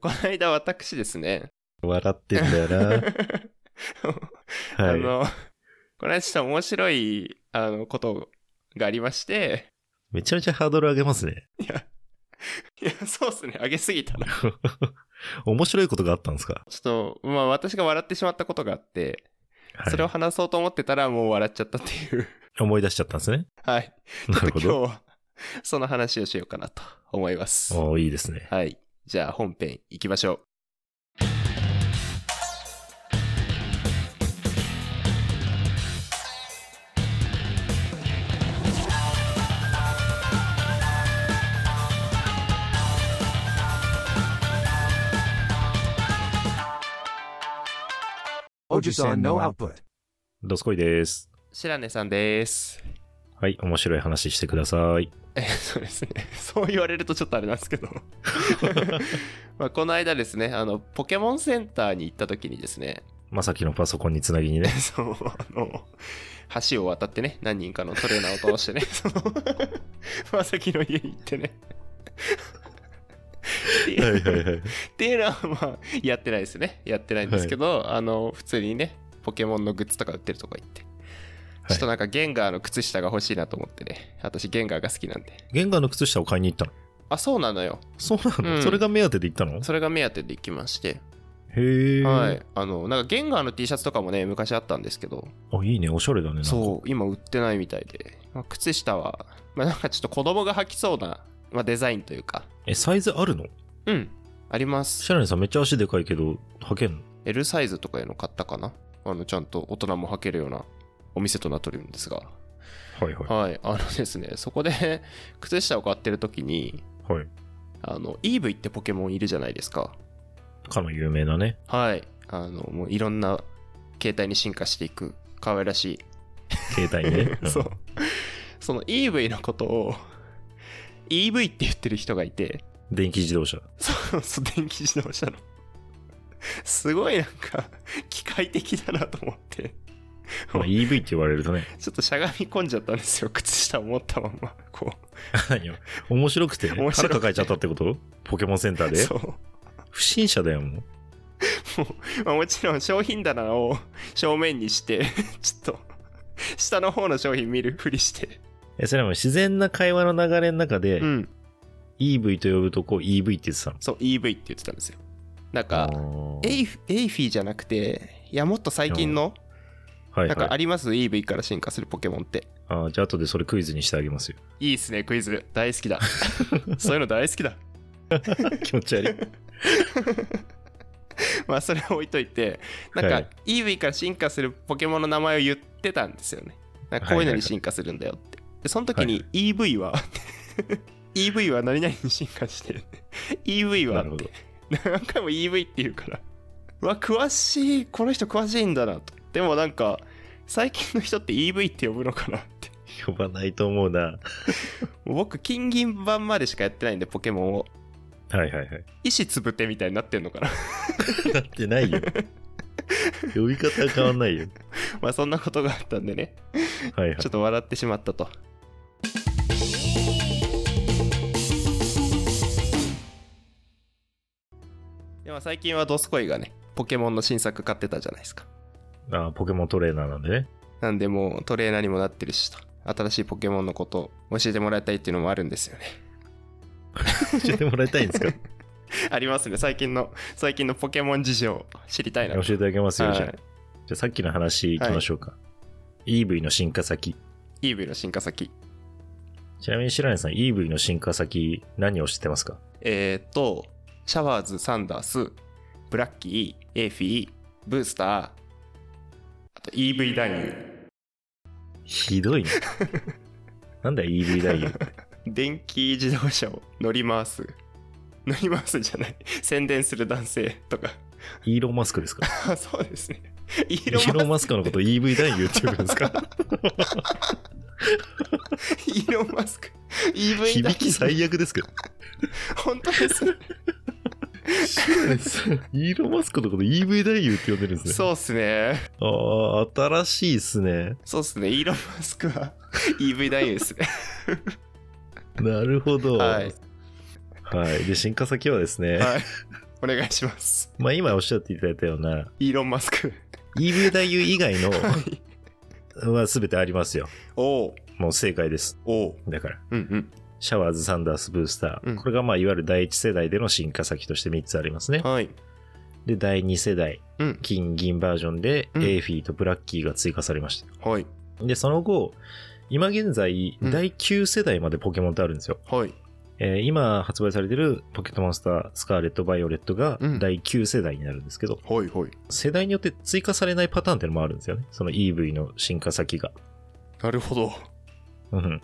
この間私ですね、笑ってんだ よな。あはい。の、この間ちょっと面白い、あの、ことがありまして、めちゃめちゃハードル上げますね。 いや、そうっすね、上げすぎたな。面白いことがあったんですかちょっと、まあ私が笑ってしまったことがあって、はいそれを話そうと思ってたらもう笑っちゃったって いう。思い出しちゃったんですね。はい。なる 今ほ日ど。は、その話をしようかなと思います。おーいいですね。はい。じゃあ本編行きましょう。 Ojisan no output. どすこいです。白根さんです。はい、面白い話してください。え、そうですね。そう言われるとちょっとあれなんですけど。 まあこの間ですね、あの、ポケモンセンターに行った時にですね、まさきのパソコンにつなぎにね。 そう、あの、橋を渡ってね、何人かのトレーナーを通 してね、その、まさきの家に行って ね。っていうはい。っていうのは、まあ、やってないですね。やってないんですけど、あの、普通にね、ポケモンのグッズとか売ってるとこ行って。ちょっとなんかゲンガーの靴下が欲しいなと思ってね。私ゲンガーが好きなんで。ゲンガーの靴下を買いに行ったの。あ、そうなのよ。そうなの、うんそれが目当てで行ったのそれが目当てで行きまして。へー。はい。あの、なんかゲンガーの T シャツとかもね、昔あったんですけど、あ、いいね。おしゃれだね。なんかそう、今売ってないみたいで。まあ、靴下は、まあなんかちょっと子供が履きそうな、まあ、デザインというか。え、サイズあるのうん。あります。シャラネさんめっちゃ足でかいけど、履けんの L サイズとかいうの買ったかなあの、ちゃんと大人も履けるようなお店となっておるんですが。はいははい、あのですね、そこで 靴下を買ってる時に、い。はい。あの、イーブイってポケモンいるじゃないですか。かの有名なね。はい。あの、もういろんな携帯に進化していく、可愛らし携帯にね。い。 そう。そのイーブイのことを、EV って言ってる人がいて、うん電気自 動車。そうそう、電気自動車の。すごいなんか、機械的だなと思って、まあ、EV って言われるとね。ちょっとしゃがみ込んじゃったんですよ、靴下を持ったまま、こ何よ面白くて面白くて腹抱えちゃったってことポケモンセンターう。でそう。不審者だよもうまあ、もちろん商品棚を正面にしてちょっと下の方の商品見るふりしてえそれはもう自然な会話の流れの中で、うん EV と呼ぶとこ EV って言ってたのそう EV って言ってたんですよなんあかーエイフエイフィーじゃなくていやもっと最近のはいなんかはいあります EV から進化するポケモンってあーじゃあ後でそれクイズにしてあ げますよいいっすねクイズ大好き だそういうの大好きだ気持ち悪いまあそれは置いといてなんはかい EV から進化するポケモンの名前を言ってたんですよねなんかこういうのに進化するんだよってでその時に EV は EV は何々に進化して EV はなっるほてど何回も EV って言うからうわ詳しいこの人詳しいんだなとでもなんか最近の人って EV って呼ぶのかなって呼ばないと思うなもう僕金銀版までしかやってないんでポケモンをはいはいはい意志つぶてみたいになってんのかな なってないよ呼び方変わんないよまあそんなことがあったんでねはいはいちょっと笑ってしまったとでも最近はドスコイがねポケモンの新作買ってたじゃないですかあーポケモントレーナーなんでねなんでもうトレーナーにもなってるしと新しいポケモンのことを教えてもらいたいっていうのもあるんですよね 教えてもらいたいんですかありますね最近の最近のポケモン事情知りたいな教えてあげますよ、じゃあはじゃあさっきの話いきましょうか、EV の進化先い、イーブイの進化先ちなみに白根さん EV の進化先何を知ってますかえー、とシャワーズサンダースブラッキーエイフィーブースターあと EV 男優ひどいね。 なんだよ EV ダイヤ電気自動車を乗り回す乗り回すじゃない宣伝する男性とか イーロン・マスクですかあそうですねイ イーロンーロン・ママスクのこと EV ダ イヤって呼ぶんですかスクイーロンマスク EV 響男き最悪ですけど。本当です白根さんイーロン・マスクのこと EV ダイヤって呼んでるんですね。そうっすねああ、新しいですね。そうっすねイーロンマスクは EV 男優ですねなるほど。はい。はいで、進化先はですね、はいお願いします。まあ今おっしゃっていただいたような、イーロン・マスク。 EV 大優以外の はいは全てありますよ。おうもう正解です。おうだから。うんうん。シャワーズ、サンダース、ブースター。うんこれがまあいわゆる第一世代での進化先として3つありますね。はい。で、第二世代、うん。金、銀バージョンで、うんエイフィーとブラッキーが追加されました。はい。で、その後、今現在、うん第9世代までポケモンってあるんですよ。はい。えー今発売されてるポケットモンスター、スカーレット、バイオレットがうん第9世代になるんですけど、はい。はい。世代によって追加されないパターンってのもあるんですよね。その EV の進化先が。なるほど。うん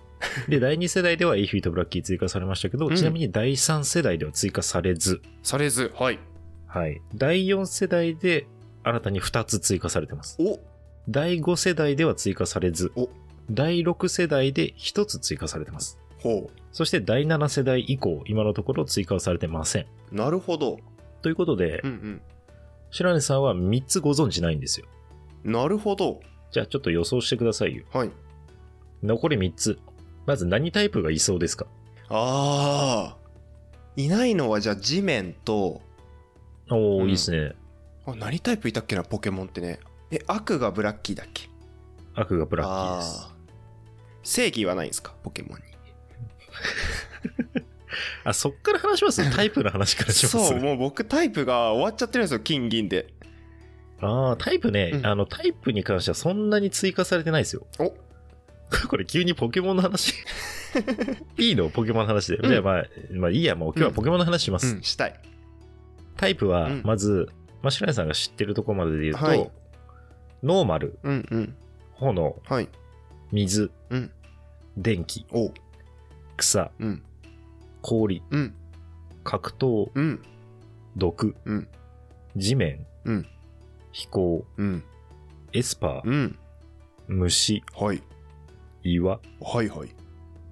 で、第2世代ではエイフィーとブラッキー追加されましたけど、うんちなみに第3世代では追加されず、されず、はい。はい。第4世代で新たに2つ追加されてます。お第5世代では追加されずお、第6世代で1つ追加されてます。ほそして第7世代以降、今のところ追加はされてません。う。なるほど。ということでう、ん白根さんは3つご存知ないんですよ。うん。なるほど。じゃあちょっと予想してくださいよ。はい。残り3つ。まず何タイプがいそうですかああ。いないのはじゃあ地面と、おー、うんいいですね。あ何タイプいたっけな、ポケモンってね。え、悪がブラッキーだっけ悪がブラッキーです。あー正義はないんですか、ポケ モンに。あそっから話しますタイプの話からしますそう、もう僕タイプが終わっちゃってるんですよ、金銀で。ああ、タイプね、うんあの、タイプに関してはそんなに追加されてないですよ。お これ急にポケモン の話いいのポケモンの話で。うんじゃあまあ、まあいいや、もう今日はポケモンの話します。うん、したい。タイプはうん、まず、まあ、白根さんが知ってるところまでで言うと、はいノーマル、うんうん。炎、はい。水、うん電気、お草、うん。氷、うん。格闘、うん。毒、うん。地面、うん飛行、うん。エスパー、うん。虫、はい。岩、はいはい。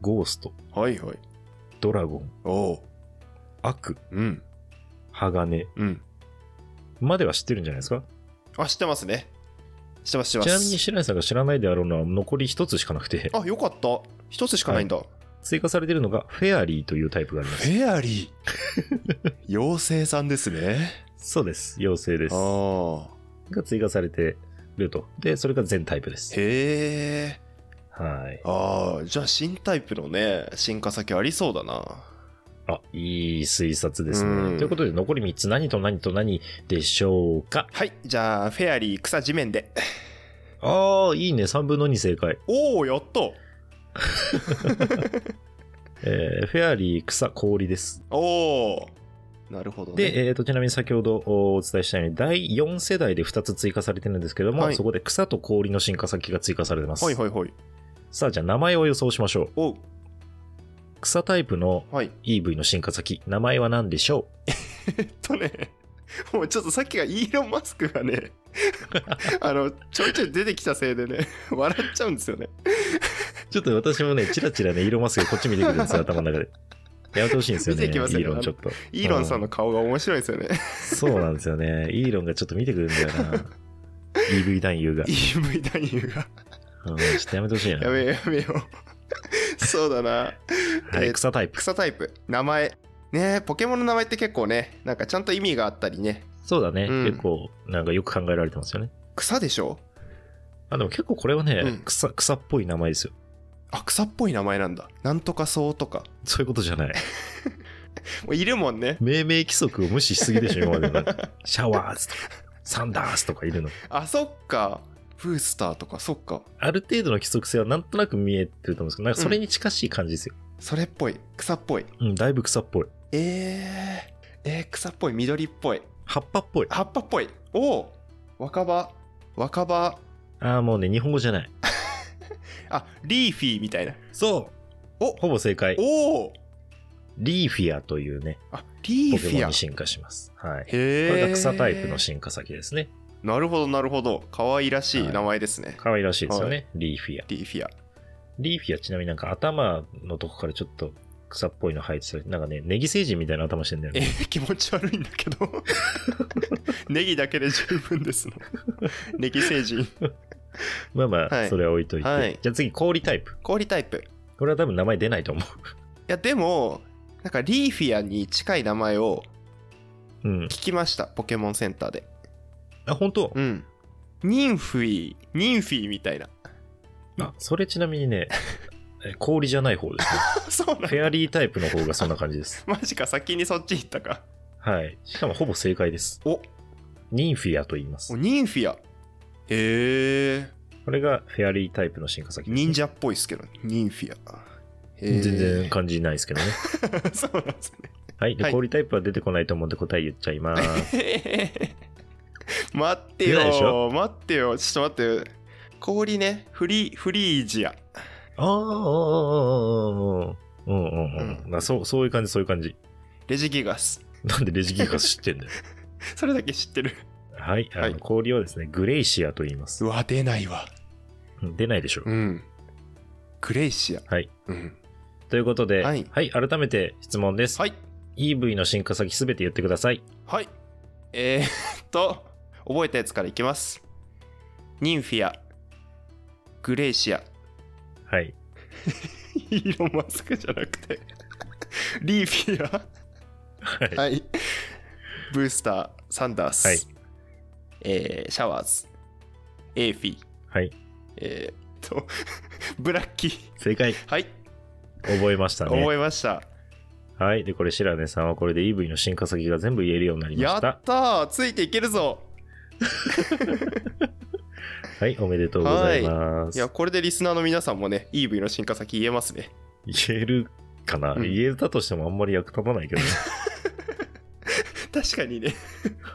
ゴースト、はいはい。ドラゴン、おう。悪、うん。鋼うん。までは知ってるんじゃないですかあ、知ってますね。知ってます、知ってちまなみにす。白井さんが知らないであろうのは残り一つしかなくて、あ、よかった。一つしかないんだ。追加されてるのがフェアリーというタイプがあります。ェアリ ー。妖精さんですね。そうです。妖精です。ああ。が追加されてると。で、それが全タイプです。へえ。はい。ああ、じゃあ新タイプのね、進化先ありそうだな。あ、いい推察ですうんね。ということで、残り3つ何と何と何でしょうかはい、じゃあ、フェアリー、草地面で。ああ、いいね。3分の2正解。おお、やったえーフェアリー、草、氷です。おお。なるほどね。で、えー、とちなみに先ほどおお伝えしたように、第4世代で2つ追加されてるんですけども、はいそこで草と氷の進化先が追加されてます。はいはいはい。さあ、じゃあ名前を予想しましょう。おう、草タイプのはい。 EV の進化先、名前は何でしょえっとね、 もうちょっとさっきがイーロン・マスクがね、 あの、ちょいちょい出てきたせいでね、笑っちゃうんですよね。うちょっと私もね、チラチラね、イーロンマスクこっち見てくるんですよ、頭の中で。やめてほしいんですよね。 見てきますよねイーロンちょっと。イーロンさんの顔が面白いんですよね。そうなんですよね。イーロンがちょっと見てくるんだよな。EV 男優 が。 EV 男優が。うん、ちょっとやめてほしい な。やめようやめよう。そうだな。はえーい、草タイプ。草タイプ、名前。ねえポケモンの名前って結構ね、なんかちゃんと意味があったりね。そうだね。うん結構、なんかよく考えられてますよね。草でしょあ、でも結構これはね、うん草、草っぽい名前ですよ。あ、草っぽい名前なんだ。なんとかそうとか。そういうことじゃない。もういるもんね。命名規則を無視しすぎでしょ、今までの。シャワーズとか、サンダースとかいるの。あ、そっか。ブースターとか、そっか。ある程度の規則性はなんとなく見えてると思うんですけど、なんかそれに近しい感じですよ。それっぽい。草っぽい。うん、だいぶ草っぽい。えー、えー草っぽい、緑っぽい。葉っぱっぽい。葉っぱっぽい。おお若葉。若葉。ああ、もうね、日本語じゃない。あ、リーフィーみたいな。そうおほぼ正解。おおリーフィアというね、あ、リーポフケモィンアに。進化します。はい。こへえ。れが草タイプの進化先ですね。なるほど、なるほど。可愛らしいはい名前ですね。可愛らしいですよね、はリーフィア。リーフィア。リーフィアちなみになんか頭のとこからちょっと草っぽいの生えてたり、なんかね、ネギ星人みたいな頭してんだよえね。 気持ち悪いんだけど ネギだけで十分です のネギ星人まあまはあ、いそれは置いといて。はいじゃあ次、氷タイプ。氷タイプいこれは多分名前出ないと思う。やでもなんかリーフィアに近い名前をうん。聞きました、ポケモンセンターで。あ、本当うん。ニンフィー、ニンフィーみたいな。 あ、それちなみにね、え氷じゃない方ですね。そうなんフェアリータイプの方がそんな感じです。マジか、先にそっち行ったか。はい。しかもほぼ正解です。お、ニンフィアと言いまおす。ニンフィア。へえ。これがフェアリータイプの進化先です、ね。忍者っぽいっすけど、ニンフィア。へー全然感じないですけどね。 そうなんですね。 はい。ではい氷タイプは出てこないと思うんで答え言っちゃ います。待って出ないでしよょ待ってよちょっと待って氷ねフリフリージアあーあー、あーあー、あーあー。うんうんうん。まあそう、そういう感じ、そういう感じ。レジギガスなんでレジギガス知っ てんだよ。それだけ知ってるはい。あの、はい氷はですね、グレイシアと言いますう。わ出ないわうん出ないでしょう。うんグレイシアはい。うんということで、ははいい、改めて質問です。はい EV の進化先すべて言ってください。はいえー、っと覚えたやつからいきますニンフィアグレイシアはい。イーロンマスクじゃなくてリーフィアはいはい。ブースター、サンダース、はいえーシャワーズ、エーフィー、はい。えーっと、ブラッキー。正解。はい、覚えましたね。覚えました。はい。で、これ、白根さんはこれで EV の進化先が全部言えるようになりまやし。ったたーついていけるぞはい。おめでとうございまいす。や、これでリスナーの皆さんもね、EV の進化先言えますね。言えるかな、うん言えたとしてもあんまり役立たな いけどね。確かに ね。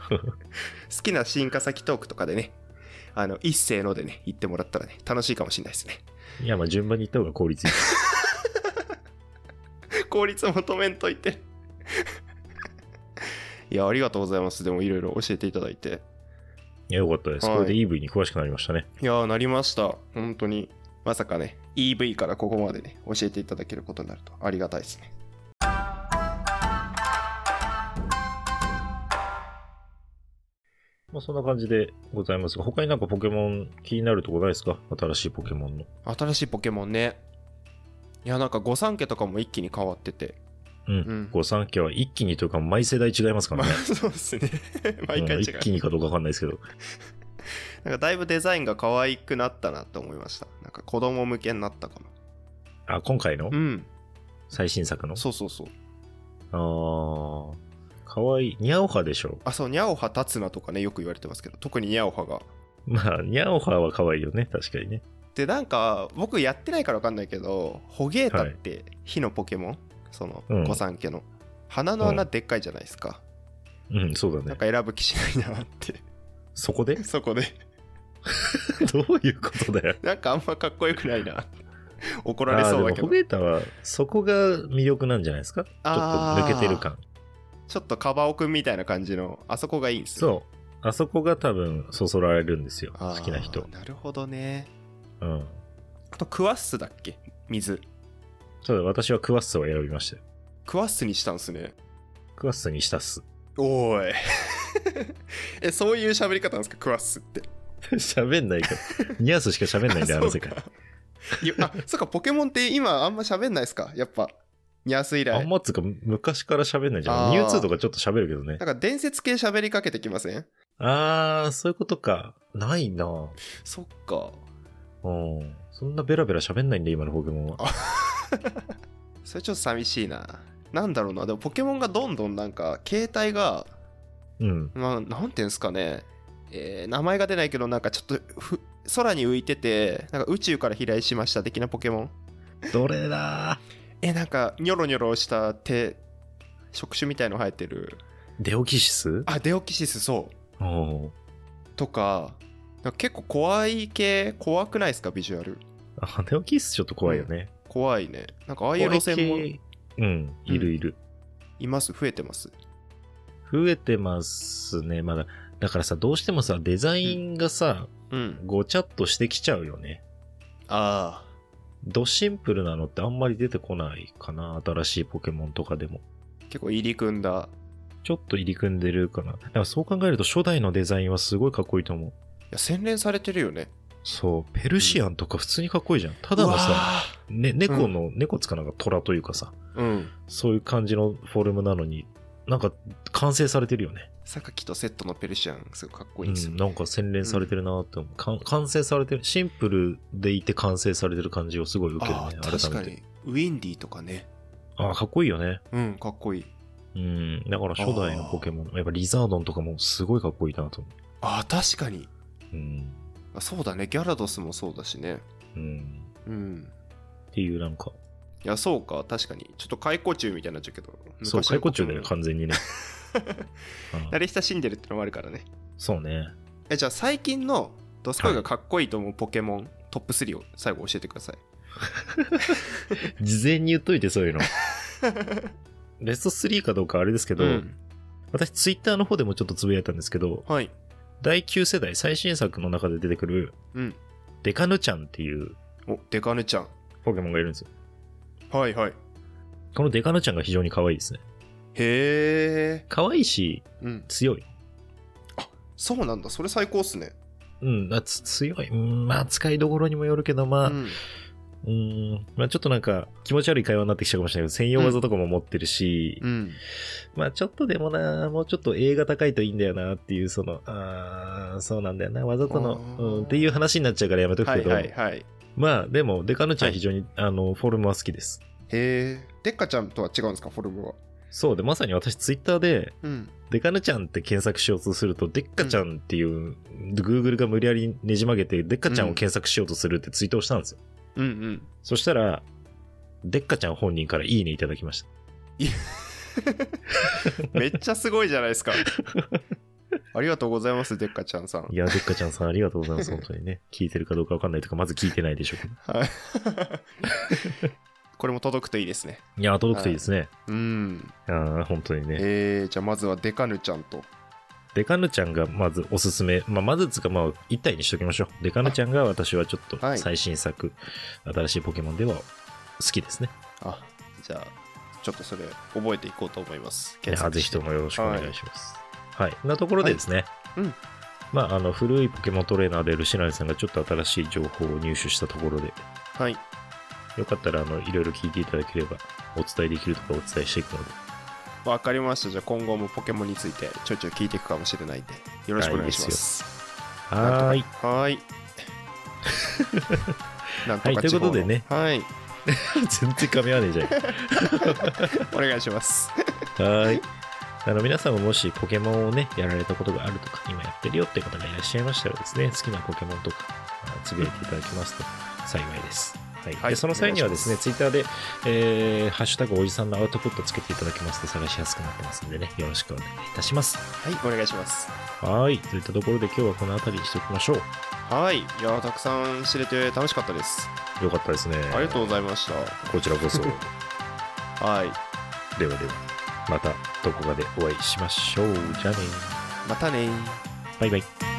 好きな進化先トークとかでね、あの、一斉のでね、言ってもらったらね、楽しいかもしれないですね。いや、まあ、順番に言った方が効率いい。効率求めんといて いやありがとうございますでもいろいろ教えていただいていやよかったです。はいこれで EV に詳しくなりましたね。いやなりました本当にまさかね EV からここまでね教えていただけることになるとありがたいですねまあ、そんな感じでございますが、他になんかポケモン気になるとこないですか新しいポケモンの。新しいポケモンねいやなんか御三家とかも一気に変わっててうん。うんご三家は一気にというか、毎世代違いますから まあね。そうですね 毎回違うんう一気にかどうかわかんないですけど。なんかだいぶデザインが可愛くなったなと思いましたなんか子供向けになったかもあ、今回のうん最新作のそうそうそうああ、かわいい。ニャオハでしょ。あそうニャオハ立つなとかねよく言われてますけど特にニャオハがまあ、ニャオハはかわいいよね。確かにね。でなんか僕やってないから分かんないけどホゲータって火のポケモン、そのうん御三家の鼻の穴でっかいじゃないですか、うん、そうだなんね。か選ぶ気しないなって そこで そこでどういうことだよ。なんかあんまかっこよくない な怒られそうだあーけでどもホゲータは、そこが魅力なんじゃないですかちょっとあー抜けてる感。ちょっとカバオくんみたいな感じのあそこがいいんですよそう。あそこが多分、そそられるんですよ。あ好ーきな人。なるほどねうん。あとクワッスだっけ水そうだ、私はクワッスを選びましたよ。クワッスにしたんすねクワッスに したっす。おーい えそういう喋り方なんですかクワッスって喋んないから。ニャースしか喋んないんだよ、あの世界。あそうかいやあそうか、ポケモンって今あんま喋んないですかやっぱ、ニャース以あ来。んなんまっつうか、昔から喋んないじゃあーん。ミュウツーとかちょっと喋るけどね。か伝説系喋りかけてきませんあー、そういうことか。ないなぁそっか。うん。そんなベラベラ喋んないんで、今のポケモンは。それちょっと寂しいな。なんだろうな、でもポケモンがどんどんなんか、携帯が、うん。まあ、なんていうんですかね、えー名前が出ないけど、なんかちょっとふ空に浮いてて、なんか宇宙から飛来しました的なポケモン。どれだえ、なんか、ニョロニョロした手、触手みたいの生えてる。デオキシスあ、デオキシス、そう。おーとかなんか結構怖い系怖くないですかビジュアルあ、デオキシスちょっと怖いよね。怖いねなんかあああいう路線もうん、いるいる。います増えてます増えてますね、まだ。だからさ、どうしてもさ、デザインがさ、うんごちゃっとしてきちゃうよね。ああドシンプルなのってあんまり出てこないかな、新しいポケモンとかでも。結構入り組んだちょっと入り組んでるかな。だからそう考えると初代のデザインはすごいかっこいいと思う。いや洗練されてるよねそう、ペルシアンとか普通にかっこいいじゃん。ただのさ、ね、猫の、猫つかなんか虎というかさ、うわーうんそういう感じのフォルムなのに、なんか完成されてるよね。榊とセットのペルシアン、すごいかっこういいんですよ、ん、なんか洗練されてるなって思う、かん完成されてる、シンプルでいて完成されてる感じをすごい受けるねあ、あ、確改かめて。に。ウィンディとかね。ああ、かっこいいよね。うん、かっこいい。うん。だから初代のポケモン、やっぱリザードンとかもすごいかっこいいなと思ああ、確かに。う。うん。あそうだね、ギャラドスもそうだしね。うん。うん。っていうなんか、いや、そうか、確かに。ちょっと解雇中みたいになっちゃうけど。そう、昔の解雇中だポケよ、モン完全 にね。うん慣れ親しんでるってのもあるからね。そうね。え、じゃあ最近のドスコイがかっこいいと思うポケモン、トップ3を最後教えてください。事前に言っといて、そういうの。 ベスト3かどうかあれですけど、うん私ツイッターの方でもちょっとつぶやいたんですけど、はい。第9世代最新作の中で出てくるうん。デカヌちゃんっていうお、デカヌちゃん。ポケモンがいるんですよ。はいはい。このデカヌちゃんが非常に可愛いですね。へえ。可愛いし、うん。強い。そうなんだ。それ最高っすね。うん、あつ強い。うん、まあ、使いどころにもよるけど、まあ、ううん、ん。まあ、ちょっとなんか、気持ち悪い会話になってきちゃうかもしれないけど、専用技とかも持ってるし、うん。まあ、ちょっとでもな、もうちょっと A が高いといいんだよなっていう、その、あーそうなんだよな、わざとの、あーうん、っていう話になっちゃうからやめとくはけいど、はいはい。へまあ、でも、デカヌちゃはんい非常に、あの、フォルムは好きです。え。デカちゃんとは違うんですか、フォルムは。そうで、まさに私、ツイッターで、うん。デカヌちゃんって検索しようとすると、デッカちゃんっていう、Google が無理やりねじ曲げて、デッカちゃんを検索しようとするってツイートをしたんですよ。うん うん。そしたら、デッカちゃん本人からいいねいただき ました。めっちゃすごいじゃないですか。ありがとうございます、デッカちゃんさん。いや、デッカちゃんさんありがとうございます、本当 にね。聞いてるかどうかわかんないとか、まず聞いてないでしょうけど。はい これも届くといいですね。いや、届くといいですね。うん。ああ、本当にね。えー、じゃあまずはデカヌちゃんと。デカヌちゃんがまずおすすめ。まあ、まずつうか、まあ、一体にしときましょう。デカヌちゃんが私はちょっとはい最新作、新しいポケモンでは好きですね。あ、じゃあ、ちょっとそれ覚えていこうと思います。いやぜひともよろしくお願いします。はい。なところでですね。はいうんまあ、あの、古いポケモントレーナーでルシナリさんがちょっと新しい情報を入手したところで、はい。よかったら、あの、いろいろ聞いていただければ、お伝えできるとかお伝えしていくので、わかりました。じゃあ今後もポケモンについてちょいちょい聞いていくかもしれないんで、よろしくお願いします。はーい。 はーい。なんとか地方のはいということでねはい。全然噛み合わねえじゃん。お願いします。はーい。あの皆さんももしポケモンをね、やられたことがあるとか、今やってるよって方がいらっしゃいましたらですね、好きなポケモンとか、あつぶやいていただきますと幸いです。はい。はいでその際にはですね、お願いツイッターで、えー、ハッシュタグおじさんのアウトプットつけていただきますと探しやすくなってますんでね、よろしくお願いいたします。はい、お願いします。はーい。といったところで今日はこの辺りにしておきましょう。はい。いやー、たくさん知れて楽しかったです。よかったですね。ありがとうございました。こちら こそ。でははい。では、またどこかでお会いしましょう。じゃあねまたねー。バイバイ。